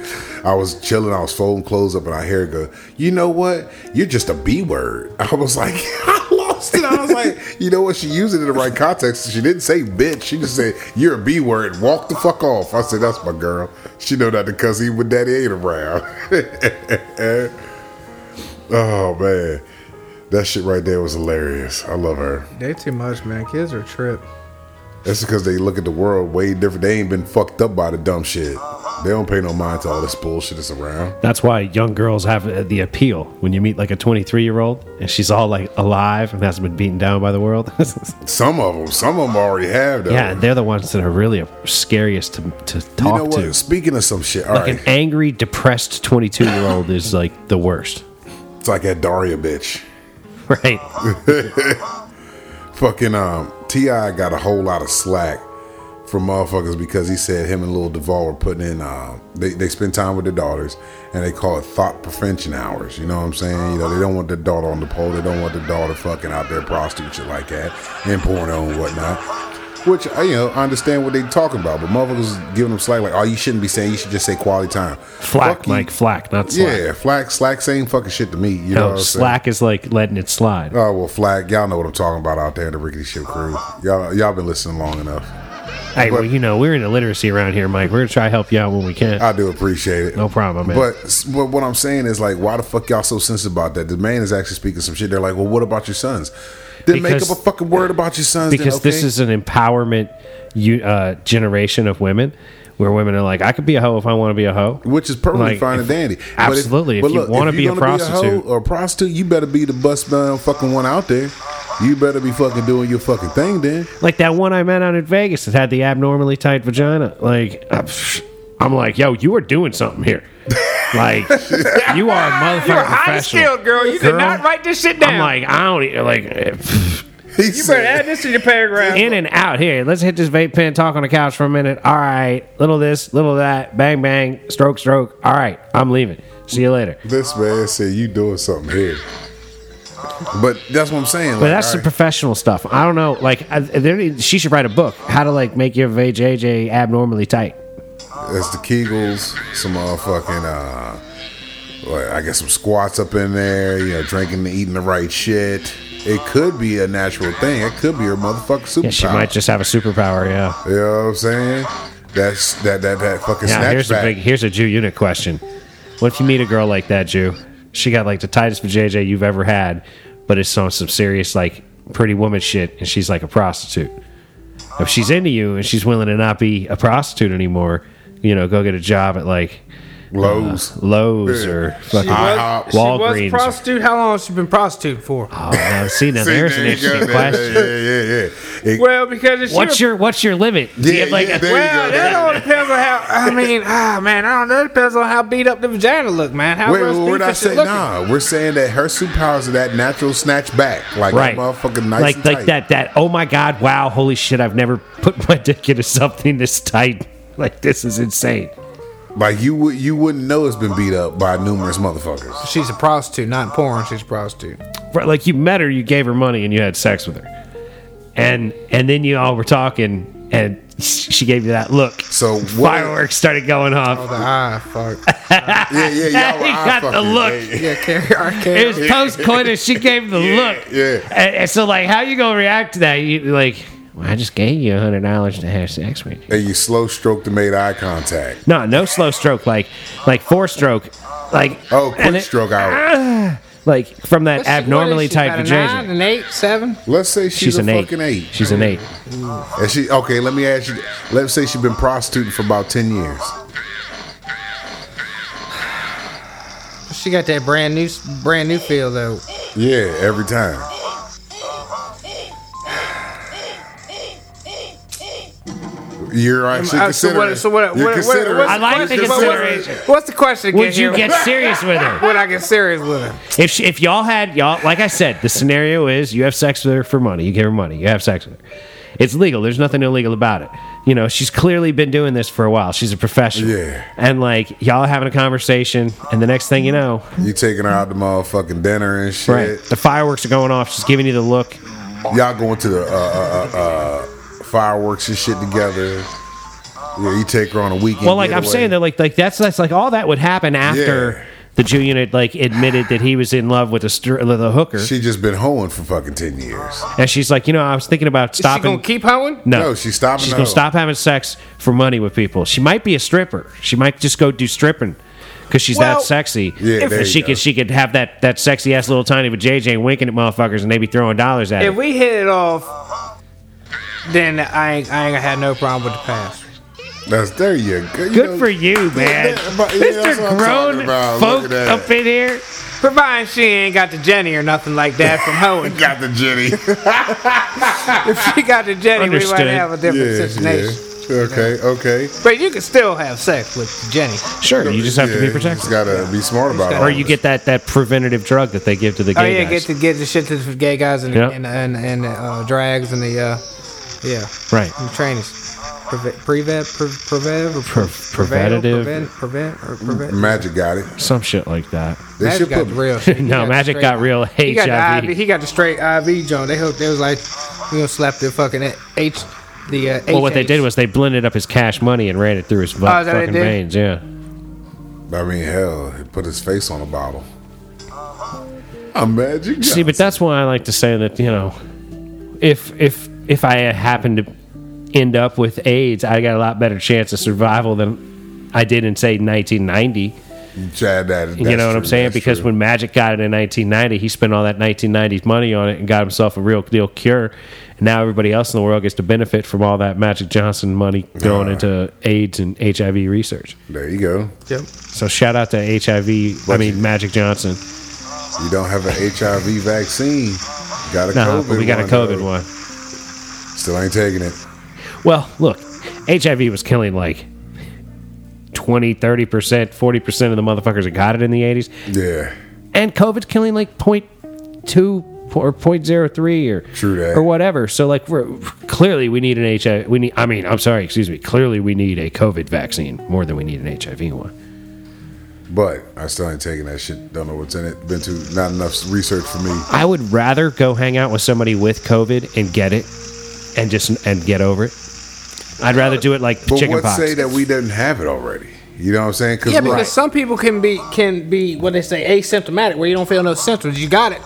I was chilling, I was folding clothes up, and I hear her go, You know what? You're just a B word. I was like, I lost it. I was like, You know what? She used it in the right context. She didn't say bitch. She just said, You're a B word. Walk the fuck off. I said, That's my girl. She know not to cuss even when daddy ain't around. oh, man. That shit right there was hilarious. I love her. They too much, man. Kids are trip. That's because they look at the world way different. They ain't been fucked up by the dumb shit. Uh-huh. They don't pay no mind to all this bullshit that's around. That's why young girls have uh, the appeal when you meet like a 23 year old and she's all like alive and hasn't been beaten down by the world. Some of them, some of them already have though. yeah, and they're the ones that are really scariest to, to you talk know what? to. Speaking of some shit, all Like right, an angry, depressed 22 year old is like the worst, it's like that Daria bitch. right? Fucking um, Ti got a whole lot of slack from motherfuckers because he said him and Lil Duval were putting in. Um, they they spend time with their daughters and they call it thought prevention hours. You know what I'm saying? You know they don't want their daughter on the pole. They don't want their daughter fucking out there prostitute shit like that and porno and whatnot. Which I, you know, I understand what they talking about, but motherfuckers giving them slack like, "Oh, you shouldn't be saying. You should just say quality time." Flack, Fuck you. Mike, flack, not slack. Yeah, flack, slack, same fucking shit to me. You know no, what I'm saying? slack is like letting it slide. Oh well, Flag, y'all know what I'm talking about out there in the rickety ship crew. Y'all, y'all been listening long enough. hey, well, you know, we're in illiteracy around here, Mike. We're going to try to help you out when we can. I do appreciate it. no problem, man. But but what I'm saying is like, why the fuck y'all so sensitive about that? The man is actually speaking some shit. They're like, well, what about your sons? Then make up Because- a fucking word about your sons. then, because this okay? is an empowerment you, uh, generation of women where women are like, I could be a hoe if I want to be a hoe. which is perfectly Like, fine if- and dandy. absolutely. If you wanna you're be a gonna prostitute- hoe uh, or a prostitute, you better be the bust down fucking one out there. You better be fucking doing your fucking thing then. Like that one I met out in Vegas that had the abnormally tight vagina. Like, uh, psh, I'm like, yo, you are doing something here. Like, you are a motherfucking You're high professional. skilled, girl. You did Girl, not write this shit down. I'm like, I don't e- like eh, pff, He you better add this to your paragraph. in and out here. Let's hit this vape pen, talk on the couch for a minute. All right, little this, little that, bang bang, stroke stroke. All right, I'm leaving. See you later. This man said you doing something here. But that's what I'm saying. But like, that's all the right. professional stuff. I don't know. Like, I, there, need- she should write a book. How to like make your vajayjay abnormally tight. That's the Kegels, some motherfucking uh like I guess some squats up in there, you know, drinking and eating the right shit. It could be a natural thing. It could be her motherfucking superpower. Yeah, she might just have a superpower. Yeah. You know what I'm saying? That's that that that fucking Now here's a snatchback. big here's a Jew unit question. What if you meet a girl like that Jew? She got like the tightest vajayjay you've ever had, but it's on some serious like pretty woman shit, and she's like a prostitute. If she's into you and she's willing to not be a prostitute anymore, you know, go get a job at like Lowe's. Lowe's Yeah. or fucking. I- was, IHOP. she was Walgreens. a prostitute. How long has she been prostitute for? oh, now, see, now See, there's an there you go, interesting there- question. Yeah, yeah, yeah. It- Well, because if she What's was- your what's your limit? Do you Yeah, have like yeah, a- there you well, go. that all depends on how. I mean, ah, man, I don't know. It depends on how beat up the vagina look, man. How Wait, well we're not she saying looking. nah. We're saying that her superpowers are that natural snatch back, like right, that motherfucking nice like and like tight. that that. Oh my god! Wow! Holy shit! I've never put my dick into something this tight. Like this is insane. Like you would you wouldn't know it's been beat up by numerous motherfuckers. She's a prostitute, not porn. She's a prostitute. Right, like you met her, you gave her money, and you had sex with her, and and then you all were talking, and she gave you that look. So what? Fireworks started going off. The eye, fuck. Yeah, yeah, y'all were He eye got the fucking. look. Yeah, Yeah, Carrie, I It can't. was post coitus. She gave the look. yeah. And, and so like, how you gonna react to that? You like, well, I just gave you a hundred dollars to have sex with you. And you slow stroked and made eye contact. No, no slow stroke. Like, like four stroke. Like Oh, quick and it- ah, stroke out. Like from that What's she- abnormally what is she, tight about a Nine, vagina. an eight, seven. Let's say she's, She's a an eight. fucking eight. She's an eight. And she okay. Let me ask you. Let's say she's been prostituting for about ten years. She got that brand new, brand new feel though. Yeah, every time. You're actually Uh, so considering. what? So what? You're what, what considering. what's I like the question? What- what- consideration. What's the question? again Would you here? get serious with her? Would I get serious with her? If she, if y'all had y'all, like I said, the scenario is you have sex with her for money. You give her money. You have sex with her. It's legal. There's nothing illegal about it. You know, she's clearly been doing this for a while. She's a professional. Yeah. And like y'all having a conversation, and the next thing you know, You taking her out to motherfucking dinner and shit. right, the fireworks are going off. She's giving you the look. Y'all going to the uh, uh, uh, uh, fireworks and shit together. Yeah, you take her on a weekend. Well, like I'm getaway. saying that, like like that's that's like all that would happen after Yeah. the Jew unit like admitted that he was in love with a str- with a hooker, She just been hoeing for fucking ten years. and she's like, you know, I was thinking about Is she gonna stopping. keep hoeing? no, No, she's stopping She's the gonna hoe. stop having sex for money with people. She might be a stripper. She might just go do stripping because she's Well, that sexy. Yeah, there you and she go. could she could have that that sexy ass little tiny with JJ winking at motherfuckers and they be throwing dollars at If it. we hit it off, then I ain't, I ain't gonna have no problem with the past. That's there you go. You Good know- for you, man. Yeah, but- yeah, that's what Mr. I'm Grown talking about. Look at folk that. up in here. Providing she ain't got the Jenny or nothing like that from hoeing. Got the Jenny. if she got the Jenny, we Understood. might have a different yeah, situation. yeah. Okay, okay. But you can still have sex with Jenny. Sure, you just have to Yeah, be you protected. Just gotta be smart about it. or you get that that preventative drug that they give to the gay oh yeah, guys. get to get the shit to the gay guys and Yep. and and, and uh, drags and the uh, yeah, right. and the trainers. Prevent, prevent, pre- prevent, or pre- Pre- preventative. prevent, prevent, or prevent. Magic got it. Some shit like that. They Magic should got put the real. shit. He no, the Magic straight- got real He got, HIV. the IV, he got the straight IV, Joe. They hooked. They was like, we gonna slap the fucking H, the uh, well, what they HH. did was they blended up his cash money and ran it through his fu- Oh, is that what fucking they did? veins. Yeah. I mean, hell, he put his face on a bottle. A magic. See, but that's why I like to say that you know, if if if I happen to end up with AIDS, I got a lot better chance of survival than I did in say 1990. Chad, that, that's you know what I'm true, saying? that's Because true. when Magic got it in 1990, he spent all that 1990s money on it and got himself a real deal cure. And now everybody else in the world gets to benefit from all that Magic Johnson money going into AIDS and HIV research. there you go, Yep. So shout out to HIV. I But mean Magic Johnson. you don't have an HIV vaccine. Got a No, COVID. but we got a though. COVID one. Still ain't taking it. Well, look, HIV was killing like 20, 30 percent, 40 percent of the motherfuckers that got it in the 80s, Yeah, and COVID's killing like 0.2 or 0.03 or True that. or whatever. So like we're, clearly we need an HIV. We need. I mean, I'm sorry, excuse me. Clearly we need a COVID vaccine more than we need an HIV one. but I still ain't taking that shit. Don't know what's in it. Been too not enough research for me. I would rather go hang out with somebody with COVID and get it, and just and get over it. I'd rather do it like But chicken what pox. say that we didn't have it already? You know what I'm saying? Yeah, because look, some people can be can be what they say asymptomatic, where you don't feel no symptoms. You got it,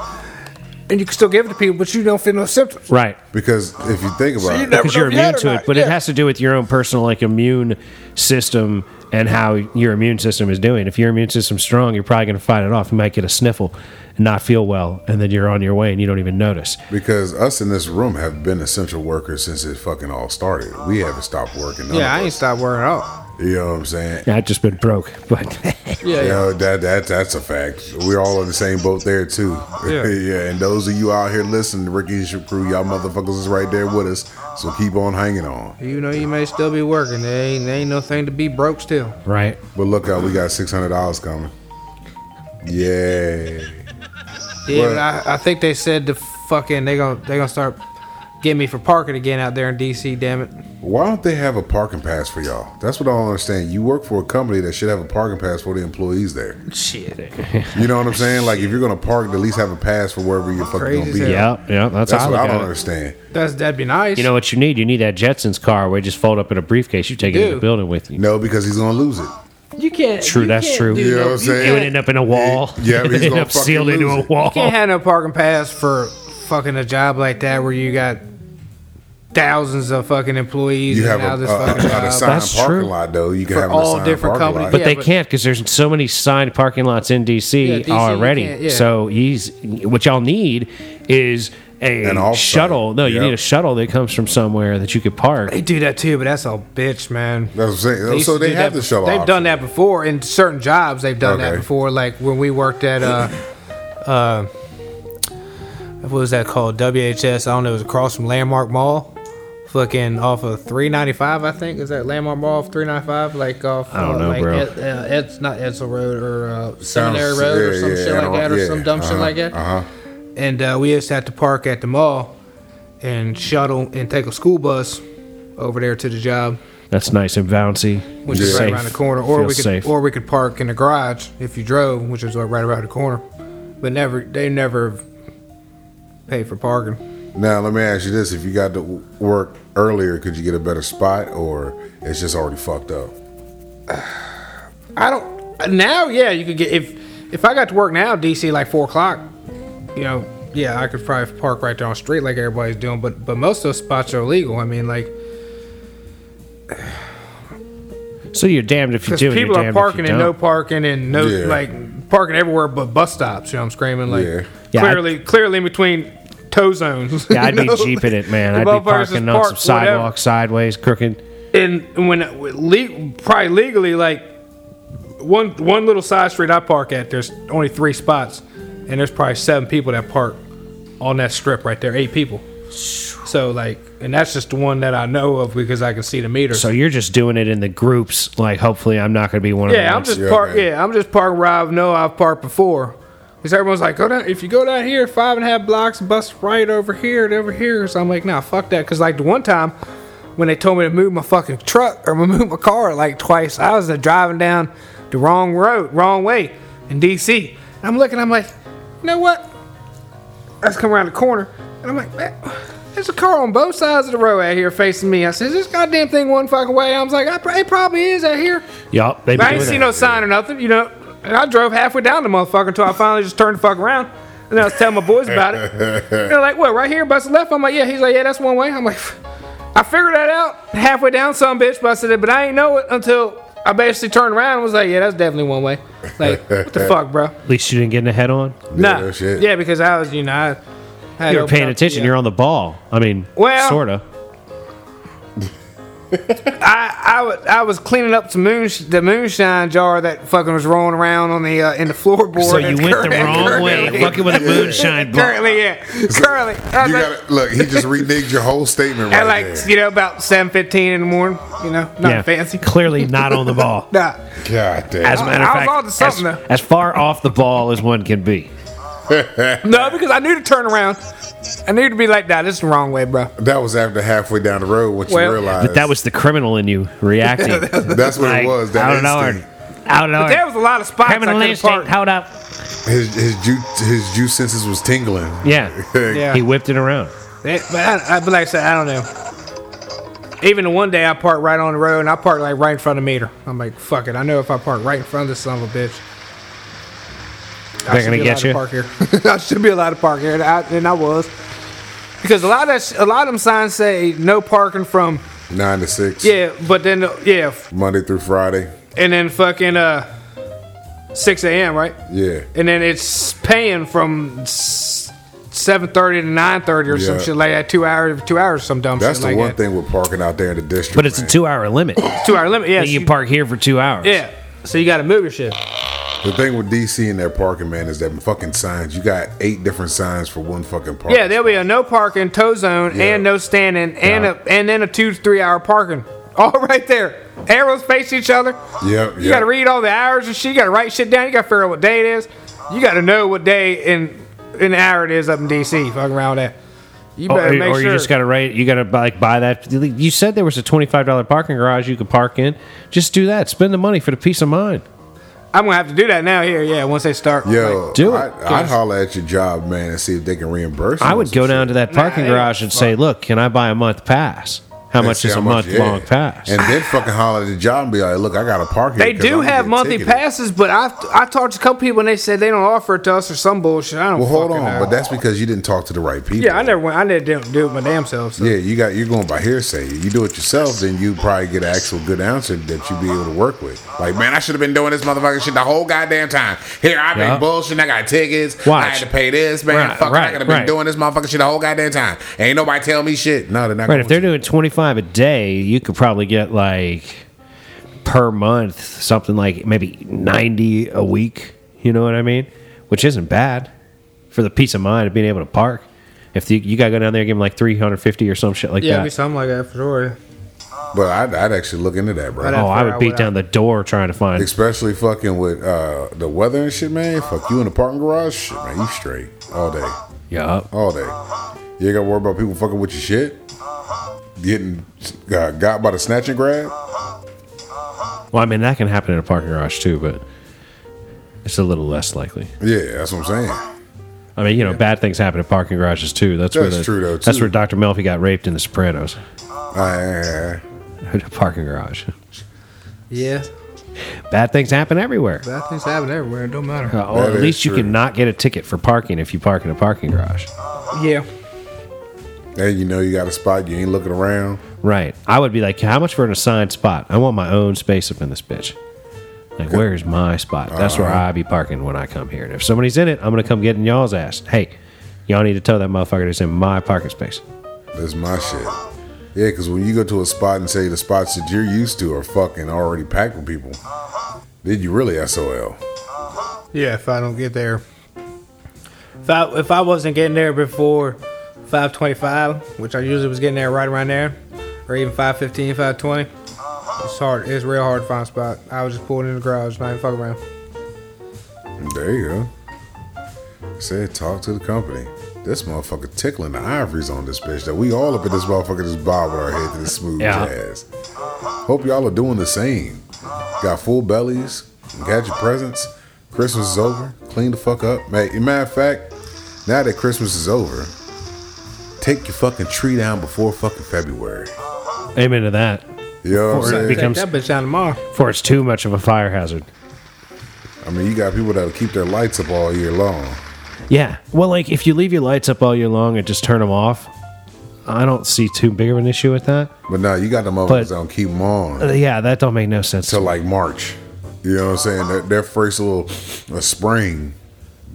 and you can still give it to people, but you don't feel no symptoms. right. because if you think about it, because you're if you immune had or to it, not, but it yeah. has to do with your own personal like immune system and how your immune system is doing. If your immune system's strong, you're probably going to fight it off. You might get a sniffle and not feel well, and then you're on your way and you don't even notice. Because us in this room have been essential workers since it fucking all started. We haven't stopped working. none Yeah, I of ain't us. stopped worrying at all. You know what I'm saying? I've just been broke, but Yeah, You yeah. know, that that that's a fact. We're all in the same boat there too. Yeah. And those of you out here listening, Ricky and your crew, y'all motherfuckers is right there with us. So keep on hanging on. You know you may still be working. There ain't, there ain't no thing to be broke still. right. But look out, we got six hundred dollars coming. Yeah. Yeah, Right. but I, I think they said the fucking they gonna they gonna start getting me for parking again out there in DC. Damn it! Why don't they have a parking pass for y'all? That's what I don't understand. You work for a company that should have a parking pass for the employees there. Shit. You know what I'm saying? Like if you're gonna park, at least have a pass for wherever you're fucking Crazy gonna be. as hell. Yeah, yeah. That's, That's how what I I look don't at it. understand. That's that'd be nice. You know what you need? You need that Jetsons car where you just fold up in a briefcase. You take it in the do. building with you. No, because he's gonna lose it. you can't. True, you that's can't true. do You know no- what I'm saying? It would end up in a wall. Yeah, but he's end gonna up fucking sealed into lose a it. wall. can't have no parking pass for fucking a job like that where you got thousands of fucking employees You and have now a, this a, a, fucking an job. assigned That's parking true. lot though. You can For have an all assigned different parking companies. lot. But Yeah, they but- can't because there's so many signed parking lots in DC, Yeah, DC, you already. can't, yeah. So he's what y'all need is a An offsite. shuttle. No, you Yep. need a shuttle that comes from somewhere that you could park. They do that too, but that's a bitch, man. That's what I'm saying. used so to they do have that- the shuttle. They've option. done that before in certain jobs. They've done that Okay. before, like when we worked at uh, uh, what was that called? WHS. I don't know. It was across from Landmark Mall, fucking off of 395. I think is that Landmark Mall off 395, like off. I don't uh, know, like bro. Ed- uh, Ed's not Edsel Road or uh, Sounds- Seminary Road or yeah, some yeah, shit like and that, all- or yeah, some dumb shit uh-huh, like that Uh-huh. and uh, we used to have to park at the mall and shuttle and take a school bus over there to the job, That's nice and bouncy. which is right Safe. around the corner. Or Feels we could, safe. or we could park in the garage if you drove, which is right around the corner. But never, they never pay for parking. Now let me ask you this: If you got to w- work earlier, could you get a better spot, or it's just already fucked up? I don't now. Yeah, you could get if if I got to work now, DC like four o'clock. You know, yeah, I could probably park right down the street like everybody's doing. But but most of those spots are illegal. I mean, like. So you're damned if you Because do. and people you're are damned parking if you and don't. no parking and no Yeah. like parking everywhere but bus stops. You know, what I'm screaming like Yeah. Yeah, I- clearly, clearly in between toe zones. Yeah, I'd you be know? jeeping it, man. The I'd be motherfuckers is parking on some parked whatever. sidewalk, sideways, crooked. And when with le- probably legally, like one one little side street I park at, there's only three spots, and there's probably seven people that park on that strip right there, eight people. So like, and that's just the one that I know of because I can see the meter. So you're just doing it in the groups. Like, hopefully, I'm not going to be one of Yeah, I'm those. just Yeah, park. man. Yeah, I'm just parking where I know I've parked before. Because everyone's like, go down. If you go down here, five and a half blocks, bus right over here and over here. So I'm like, nah, fuck that. Because like the one time when they told me to move my fucking truck or move my car like twice, I was uh, driving down the wrong road, wrong way in D.C. And I'm looking, I'm like, you know what? Let's come around the corner. And I'm like, man, there's a car on both sides of the road out here facing me. I said, is this goddamn thing one fucking way? I was like, I, pr- it probably is out here. Yup, they I be ain't doing see that. no sign or nothing, you know. And I drove halfway down the motherfucker until I finally just turned the fuck around. And then I was telling my boys about it. They're like, what, right here, bus left? I'm like, yeah. He's like, yeah, that's one way. I'm like, I figured that out halfway down some bitch, but I said, but I ain't know it until I basically turned around and was like, yeah, that's definitely one way. Like, what the fuck, bro? At least you didn't get in a head on. Nah. no shit. Yeah, because I was, you know, I had You're opened paying up- attention. yeah. You're on the ball. I mean, Well- sort of. I, I, wa- I was cleaning up some moon, the moonshine jar that fucking was rolling around on the uh, in the floorboard. So you And went the currently- wrong way, currently- fucking with a moonshine ball. Currently, yeah. Currently. I was You like, gotta look. He just reneged your whole statement right at like, there. you know, about 7.15 in the morning, you know, not fancy. Clearly not on the ball. Nah. God damn. As a matter I- I was of fact, onto as, something there. as far off the ball as one can be. No, because I knew to turn around. I knew to be like, nah, this is the wrong way, bro. that was after halfway down the road once Well- you realized. But that was the criminal in you reacting. that's what Like, it was. That out of instinct. order. Out of There order. was a lot of spots I Criminal could have instinct. parked. Hold up. His his ju- his juice senses was tingling. Yeah. Yeah. He whipped it around. Yeah, but, I, I, but like I said, I don't know. Even the one day I parked right on the road and I parked like right in front of the meter. I'm like, fuck it. I know if I park right in front of this son of a bitch. I They're should gonna be get you. allowed to Park here. I should be allowed to park here, and I, and I was because a lot of that, sh- a lot of them signs say no parking from Nine to six. yeah, but then yeah, Monday through Friday. and then fucking uh six a.m. right, Yeah. and then it's paying from s- seven thirty to nine thirty or some Yeah. shit like that. Two hours, two hours, some dumb That's shit the like one that. thing with parking out there in the district. But it's a man. two hour limit. Two hour limit. Yeah, you so- park here for two hours. yeah. So you got to move your shit. The thing with DC and their parking, man, is that fucking signs. You got eight different signs for one fucking parking. Yeah, there'll be a no parking tow zone Yeah. and no standing and Yeah. a and then a two to three hour parking. All right there. Arrows face each other. Yep, You got to read all the hours and shit. You got to write shit down. You got to figure out what day it is. You got to know what day in in the hour it is up in DC. Fucking around with that. You Oh, Or, better make or sure. you just gotta write. You gotta buy, like buy that. You said there was a twenty five dollar parking garage you could park in. Just do that. Spend the money for the peace of mind. I'm gonna have to do that now. Here, yeah. Once they start. Yo, do it. I, I'd holler at your job, man, and see if they can reimburse. you I on would some go shit. down to that parking Nah, they garage and say, "Look, can I buy a month pass? How And much see is how a month yeah. long pass?" And then fucking holler at the job and be like, "Look, I got a parking." They do have monthly passes, but I I talked to a couple people and they said they don't offer it to us or some bullshit. I don't. Well, hold on, fucking know. but that's because you didn't talk to the right people. yeah. I never went. I never didn't do it my damn self. So. Yeah, you got you're going by hearsay. You do it yourself, then you probably get an actual good answer that you be able to work with. Like, man, I should have been doing this motherfucking shit the whole goddamn time. Here I've Yeah. been bullshitting. I got tickets. I Watch. had to pay this, man. Right, Fuck, I right, could have been right. doing this motherfucking shit the whole goddamn time. Ain't nobody tell me shit. No, they're not. Right, if they're going to. doing 25 a day, you could probably get like per month something like maybe 90 a week, you know what I mean? Which isn't bad for the peace of mind of being able to park. If you, you got to go down there and give them like 350 or some shit like Yeah, it'd be that. something like that for sure. but I'd, I'd actually look into that, bro. I'd Oh, I would beat That's where I down the door trying to find. Especially fucking with uh, the weather and shit, man. Fuck you in the parking garage, shit, man. You straight all day, Yeah. all day. You ain't got to worry about people fucking with your shit. Getting uh, got by the snatch and grab. Well, I mean, that can happen in a parking garage too, but it's a little less likely. Yeah, that's what I'm saying. I mean, you know, bad things happen in parking garages too. That's, where That's the- true, though, That's too. where Dr. Melfi got raped in The Sopranos, Uh, in a parking garage. Yeah, Bad things happen everywhere. bad things happen everywhere. It don't matter. Uh, or That at is least you true. can not get a ticket for parking if you park in a parking garage. Yeah, and you know you got a spot, you ain't looking around. Right. I would be like, how much for an assigned spot? I want my own space up in this bitch. Like, where's my spot? That's where I be parking when I come here. And if somebody's in it, I'm gonna come get in y'all's ass. Hey, y'all need to tell that motherfucker that's in my parking space. That's my shit. Yeah, because when you go to a spot and say the spots that you're used to are fucking already packed with people, then you really SOL. yeah. If I don't get there, if I if I wasn't getting there before five twenty five, which I usually was getting there right around there, or even 515, 520, it's hard. It's real hard to find a spot. I was just pulling in the garage, not even fucking around. There you go. Said talk to the company. This motherfucker tickling the ivories on this bitch. That we all up in this motherfucker just bob with our head to this smooth Yeah. jazz. Hope y'all are doing the same. Got full bellies. Got your presents. Christmas is over. Clean the fuck up. Ma- Matter of fact, now that Christmas is over, take your fucking tree down before fucking February. Amen to that. You know what I'm Before it saying? becomes- Take that bitch down tomorrow. Before it's too much of a fire hazard. I mean, you got people that'll keep their lights up all year long. Yeah. Well, like if you leave your lights up all year long and just turn them off, I don't see too big of an issue with that. But now you got the motherfuckers that'll keep them on. Uh, yeah, that don't make no sense. till like March. You know what I'm saying? Their, their first little uh, spring,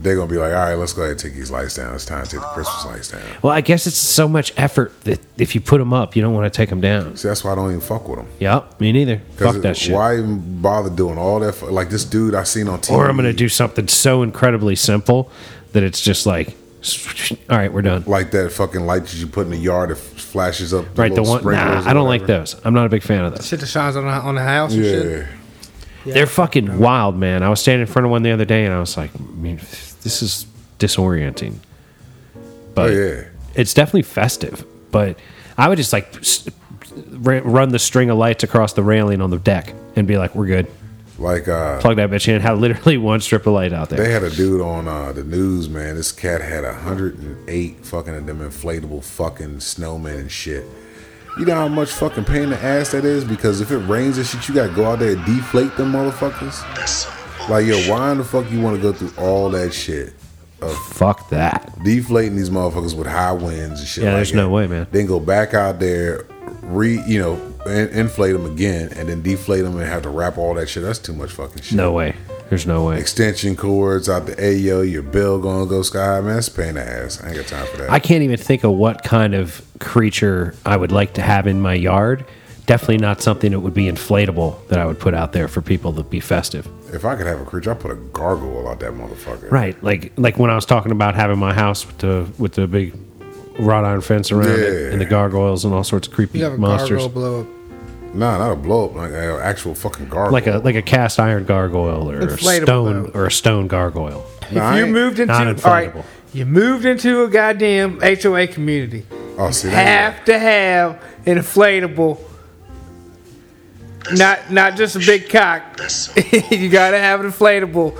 they're gonna be like, all right, let's go ahead and take these lights down. It's time to take the Christmas lights down. Well, I guess it's so much effort that if you put them up, you don't want to take them down. See, that's why I don't even fuck with them. Yep, me neither. Fuck that shit. Why even bother doing all that? fu- Like this dude I seen on TV. Or I'm going to do something so incredibly simple that it's just like, all right, we're done. like that fucking light that you put in the yard that f- flashes up. Right, the little one. Nah, sprinklers or I don't like whatever. those. I'm not a big fan of those. Shit that shines on the, on the house and shit. Yeah, They're fucking wild, man. I was standing in front of one the other day, and I was like, I mean, this is disorienting. oh But yeah. it's definitely festive. But I would just like s- ra- run the string of lights across the railing on the deck and be like, we're good. Like uh, Plug that bitch in. Have literally one strip of light out there. They had a dude on uh, the news, man. This cat had 108 fucking of them inflatable fucking snowmen and shit. You know how much fucking pain in the ass that is? Because if it rains and shit, you gotta go out there and deflate them motherfuckers. Like, yo, why in the fuck you wanna go through all that shit? Fuck that. Deflating these motherfuckers with high winds and shit. Yeah, like there's that. no way, man. Then go back out there, re, you know, in- inflate them again, and then deflate them and have to wrap all that shit. That's too much fucking shit. No way. There's no way. Extension cords out the AO, your bill gonna go sky high, man. That's a pain in the ass. I ain't got time for that. I can't even think of what kind of creature I would like to have in my yard. Definitely not something that would be inflatable that I would put out there for people to be festive. if I could have a creature, I'd put a gargoyle out that motherfucker. Right. Like like when I was talking about having my house with the with the big wrought iron fence around it Yeah. and the gargoyles and all sorts of creepy You have a monsters. gargoyle blow up. Nah, not a blow up, like an actual fucking gargoyle. Like a like a cast iron gargoyle or a Inflatable, stone though. or a stone gargoyle. Nah, I if you ain't- moved into Not all right, inflatable. you moved into a goddamn HOA community. Oh, see, that Have to have an inflatable. Not not just a big cock. you gotta have an inflatable.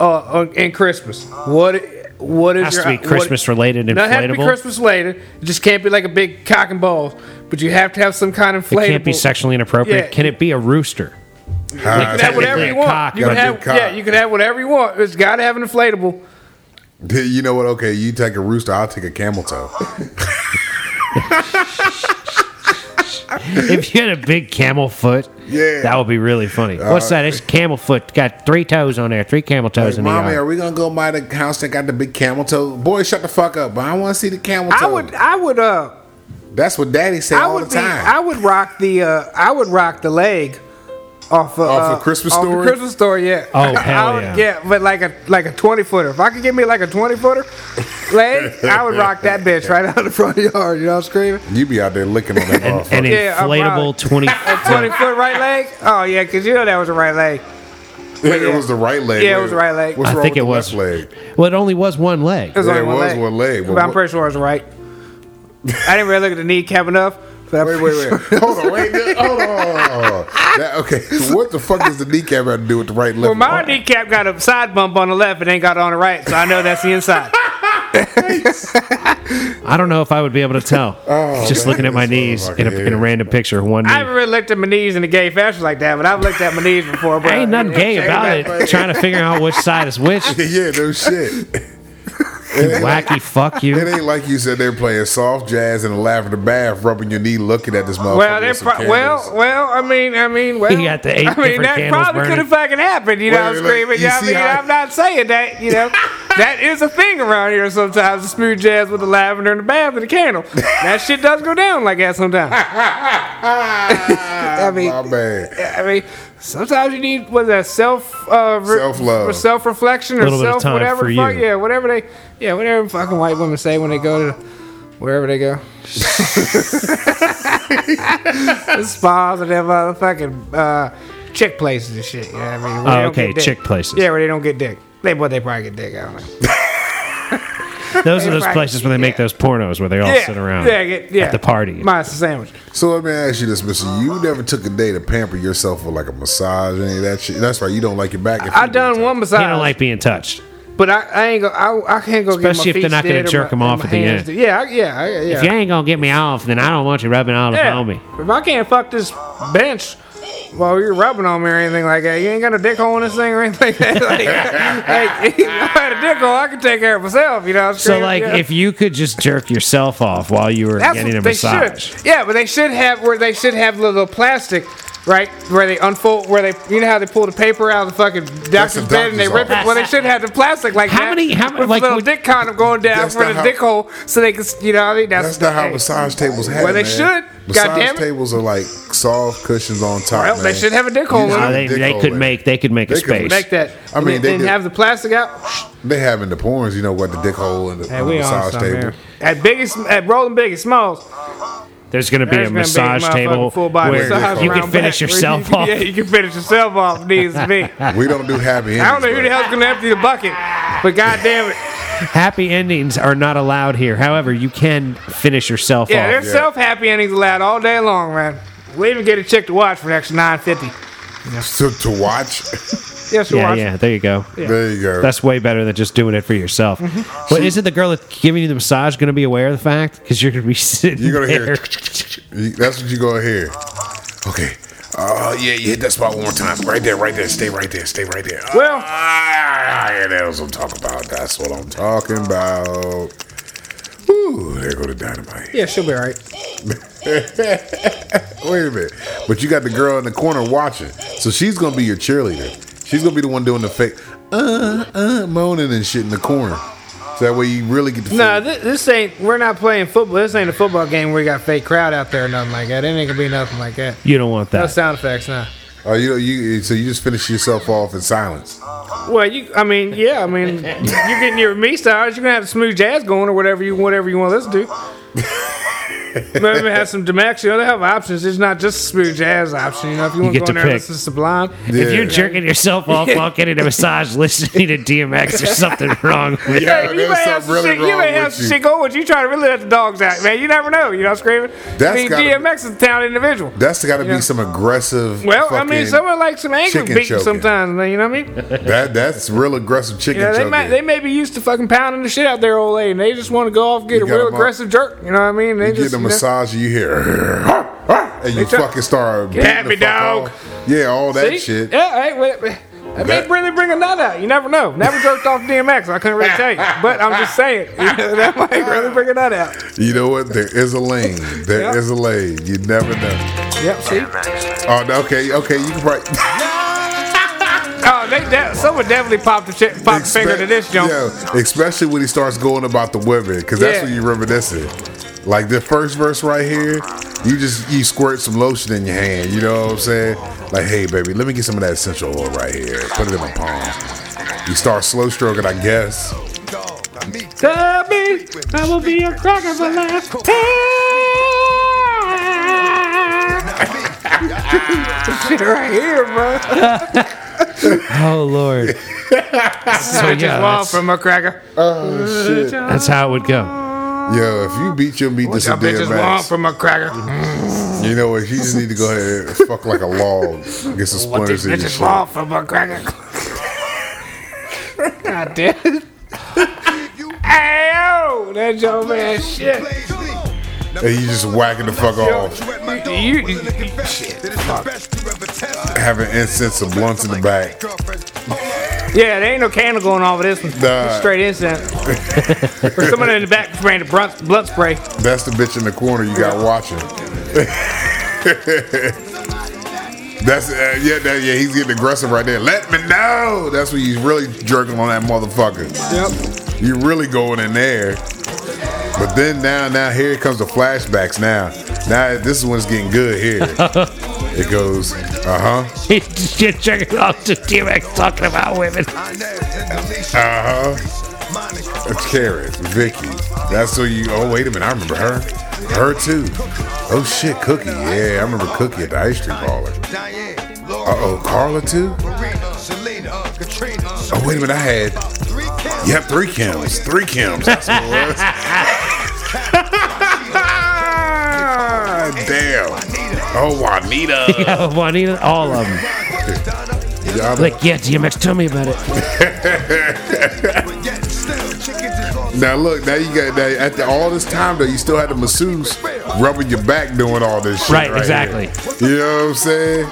Uh, on, in Christmas, what what is Has your to be what- Christmas related No, it has to be inflatable. Christmas later. It just can't be like a big cock and balls. But you have to have some kind of It inflatable. can't be sexually inappropriate. Yeah. Can it be a rooster? High- You can have whatever you Technically a want. cock, you can but a have big cock. yeah. You can have whatever you want. It's got to have an inflatable. You know what? Okay, you take a rooster, I'll take a camel toe. if you had a big camel foot, Yeah. that would be really funny. What's that? It's camel foot. Got three toes on there, three camel toes Like, in mommy, the are yard. we gonna go by the house that got the big camel toe? Boy, shut the fuck up! But I want to see the camel toe. I would. I would. Uh. That's what Daddy said I all would the be. time. I would rock the. Uh. I would rock the leg. Off of, Off uh, of Christmas off of Story? Christmas story, yeah. Oh, hell I would, yeah. but like a like a twenty footer. If I could give me like a twenty footer leg, I would rock that bitch right out of the front yard. You know what I'm screaming? you be out there licking on that motherfucker. An Yeah, I'm inflatable right. twenty. A twenty foot right leg. Oh yeah, because you know that was a right leg. It was the right leg. Yeah, it was the right leg. What's I wrong think with it the was. left leg? Well, it only was one leg. There's Yeah, only it one was leg. one leg, but But I'm what- pretty sure it was right. I didn't really look at the kneecap enough. But I'm Wait, pretty wait, sure- wait. Hold on, wait. Hold on. Hold on, hold on. That- okay, so what the fuck does the kneecap have to do with the right leg? Well, my kneecap got a side bump on the left, it ain't got on the right, so I know that's the inside. I don't know if I would be able to tell. Oh, Just man, looking at my this knees in a, motherfucker in a here. random picture. One I knee. haven't really looked at my knees in a gay fashion like that, but I've looked at my knees before. But Ain't nothing gay about it. Trying to figure out which side is which. yeah, no shit. You wacky fuck It you. ain't like you said they're playing soft jazz in a lavender bath, rubbing your knee, looking at this motherfucker. Well, they with some pro- well, candles. well. I mean, I mean, well. You got the eight I mean, different that candles probably burning. could have fucking happened. You know, Wait, I'm wait, screaming. you You know, what I see mean, how- I'm not saying that. You know, that is a thing around here sometimes. The smooth jazz with the lavender and the bath and the candle. That shit does go down like that sometimes. I mean, my man. I mean, sometimes you need was that self uh, re- Self-love. or self reflection or Little bit of self time whatever. for the fuck- you. Yeah, whatever they, yeah, whatever fucking white women say when they go to wherever they go. The spas and them motherfucking uh, chick places and shit. You know what I mean? Where Oh, they don't okay, get dick. chick places. Yeah, where they don't get dick. They, but they probably get dick. I don't know. Those are those Right. places where they make those pornos where they all yeah, sit around yeah, get- yeah. at the party. Mine's a sandwich. So let me ask you this, Mister. You never took a day to pamper yourself with like a massage, any of that shit. That's right. You don't like your back. if I you do done it. one He massage. don't like being touched. But I, I ain't go. I, I can't go. Especially if get they're my not going gonna to jerk 'em off at the end. Yeah, I- yeah, I- yeah. If you ain't gonna get me off, then I don't want you rubbing all yeah. upon me. If I can't fuck this bench while you're rubbing on me or anything like that, you ain't got a dick hole in this thing or anything. like that. like, if I had a dick hole, I could take care of myself. You know. What I'm So, saying? like, yeah. if you could just jerk yourself off while you were That's getting what a they massage. should. Yeah, but they should have where they should have little plastic. Right where they unfold, where they you know how they pull the paper out of the fucking That's the doctor's bed and they doctor's rip it. office. Well, they should have the plastic like How that many- how many- with like, a little would- dick condom going down That's for not the how- dick hole so they can s- you know what I mean That's not how massage tables happen. Well, they man. should. Massage God damn it. tables are like soft cushions on top. Well, they man. should have a dick hole You in just Uh, them. have a they dick they hole could in it. make they could make a They could space. Make that. I mean, and, they and did- have the plastic out. They have in the porns, you know, what the dick hole in the, Hey, on we the on Uh, massage some table. here. At Biggie, at Rolling Biggie Smalls, There's gonna be there's a gonna be massage motherfucking table full body massage where you can around finish back. yourself Where off. you- Yeah, you can finish yourself off. Needs to be. We don't do happy endings. I don't know who the hell's gonna empty the bucket, but goddamn it, Happy endings are not allowed here. However, you can finish yourself yeah, off. there's yeah. self happy endings allowed all day long, man. We even get a chick to watch for an extra nine fifty. to, to watch. Yes, we Yeah, watch. yeah, there you go. There you go. That's way better than just doing it for yourself. Mm-hmm. But isn't the girl that's giving you the massage going to be aware of the fact? Because you're going to be sitting You're gonna there. hear. You- That's what you gonna hear. Okay. Oh yeah, you hit that spot one more time. Right there, right there. Stay right there. Stay right there. Well- ah, yeah, that's what I'm talking about. That's what I'm talking about. Ooh, there go the dynamite. Yeah, she'll be all right. Wait a minute. But you got the girl in the corner watching, so she's gonna be your cheerleader. She's gonna be the one doing the fake uh uh moaning and shit in the corner. So that way you really get the No, feel. this, this ain't. We're not playing football. This ain't a football game where you got fake crowd out there or nothing like that. It ain't gonna be nothing like that. You don't want No that. sound effects, nah. Oh, you you so you just finish yourself off in silence. Well, you. I mean, yeah. I mean, you're getting your me styles. You're gonna have smooth jazz going or whatever you whatever you want to listen to. Maybe have some Demax. You know, they have options. It's not just a smooth jazz option. You know, if you want to get to go in there and pick. listen to Sublime, If you're Yeah. jerking yourself off while getting a massage, listening to DMX, there's something wrong with Yeah, it. Hey, you there's may have something some really shit, you wrong may have with some you. shit going with you trying to really let the dogs out, man. You never know. You know what I'm screaming? That's I mean, gotta be- DMX is a talented individual. That's got to be some aggressive. Well, I fucking- mean, someone likes some anger chicken beating choking. sometimes, man. You know what I mean? that that's real aggressive chicken. Yeah, they choking. may, they may be used to fucking pounding the shit out their old lady, and they just want to go off get a got real them up. aggressive jerk. You know what I mean? They you just get a you know, massage, and you hear, and you They try- fucking start beating at the me, fuck dog. off. Yeah, all that see? shit. Yeah, hey, wait, wait. That may That- really bring a nut out. You never know. Never jerked off DMX. I couldn't really tell you, but I'm just saying you know, that might really bring a nut out. You know what? There is a lane. There Yeah. is a lane. You never know. Yep. See. Oh, no, okay, okay. You can probably Oh, they de- someone definitely popped the shit, popped the finger to this jump. Yeah, especially when he starts going about the women, because that's Yeah. when you reminiscing. Like the first verse right here, you just you squirt some lotion in your hand. You know what I'm saying? Like, hey, baby, let me get some of that essential oil right here. Put it in my palm. You start slow stroking, I guess. Tell me, I will be a crack of a laugh. Shit right here, bro. Oh Lord. so I just yeah, wall that's, from a cracker. Oh shit! that's how it would go. Yo, if you beat your meat to I some bitches want DMX, from a cracker. you know what? You just need to go ahead and fuck like a log, get some What splinters these in your bitches shit. want from a cracker. God damn. Ayo, that your man shit. And you just whacking the fuck off, You- you- having incense and blunts in the back. Yeah, there ain't no candle going on with this one. Nah. It's Straight incense. or someone in the back spraying the blunt, blunt spray. That's the bitch in the corner you got watching. That's uh, yeah, that, yeah. He's getting aggressive right there. Let me know. That's when you really jerking on that motherfucker. Yep. You really going in there. But then now, now here comes the flashbacks. Now, now this one's getting good here. it goes, uh huh, You're jerking off to DMX talking about women. uh huh. It's Carrot, Vicky. That's when you. Oh wait a minute, I remember her. Her too. Oh shit, Cookie. Yeah, I remember Cookie at the ice cream parlor. Uh oh, Carla too? Oh, wait a minute, I had. Yep, three Kims. Three Kims. That's what it was. Damn. Oh, Juanita. Yeah, Juanita, all of them. Y'all- Like, yeah, DMX, tell me about it. Now, look, now you got, now, after all this time, though, you still had the masseuse rubbing your back doing all this shit. Right, here. exactly. You know what I'm saying?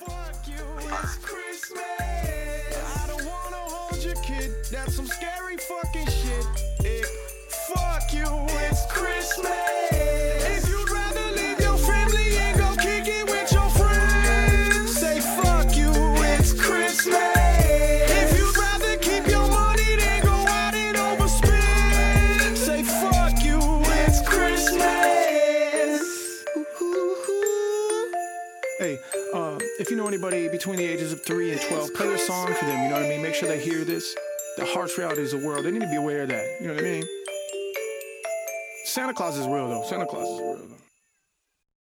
But I don't wanna hold your kid. That's some scary fucking shit. It, fuck you, it's Christmas. If you'd rather leave your family and go kick it with your friends, say fuck you, it's Christmas. If you'd rather keep your money than go out and overspend, say fuck you, it's Christmas. Hey, uh, if you know anybody between the ages of 3 and 12, play a song for them, you know what I mean? Make sure they hear this. The harsh realities of the world, they need to be aware of that, you know what I mean? Santa Claus is real, though. Santa Claus is real, though.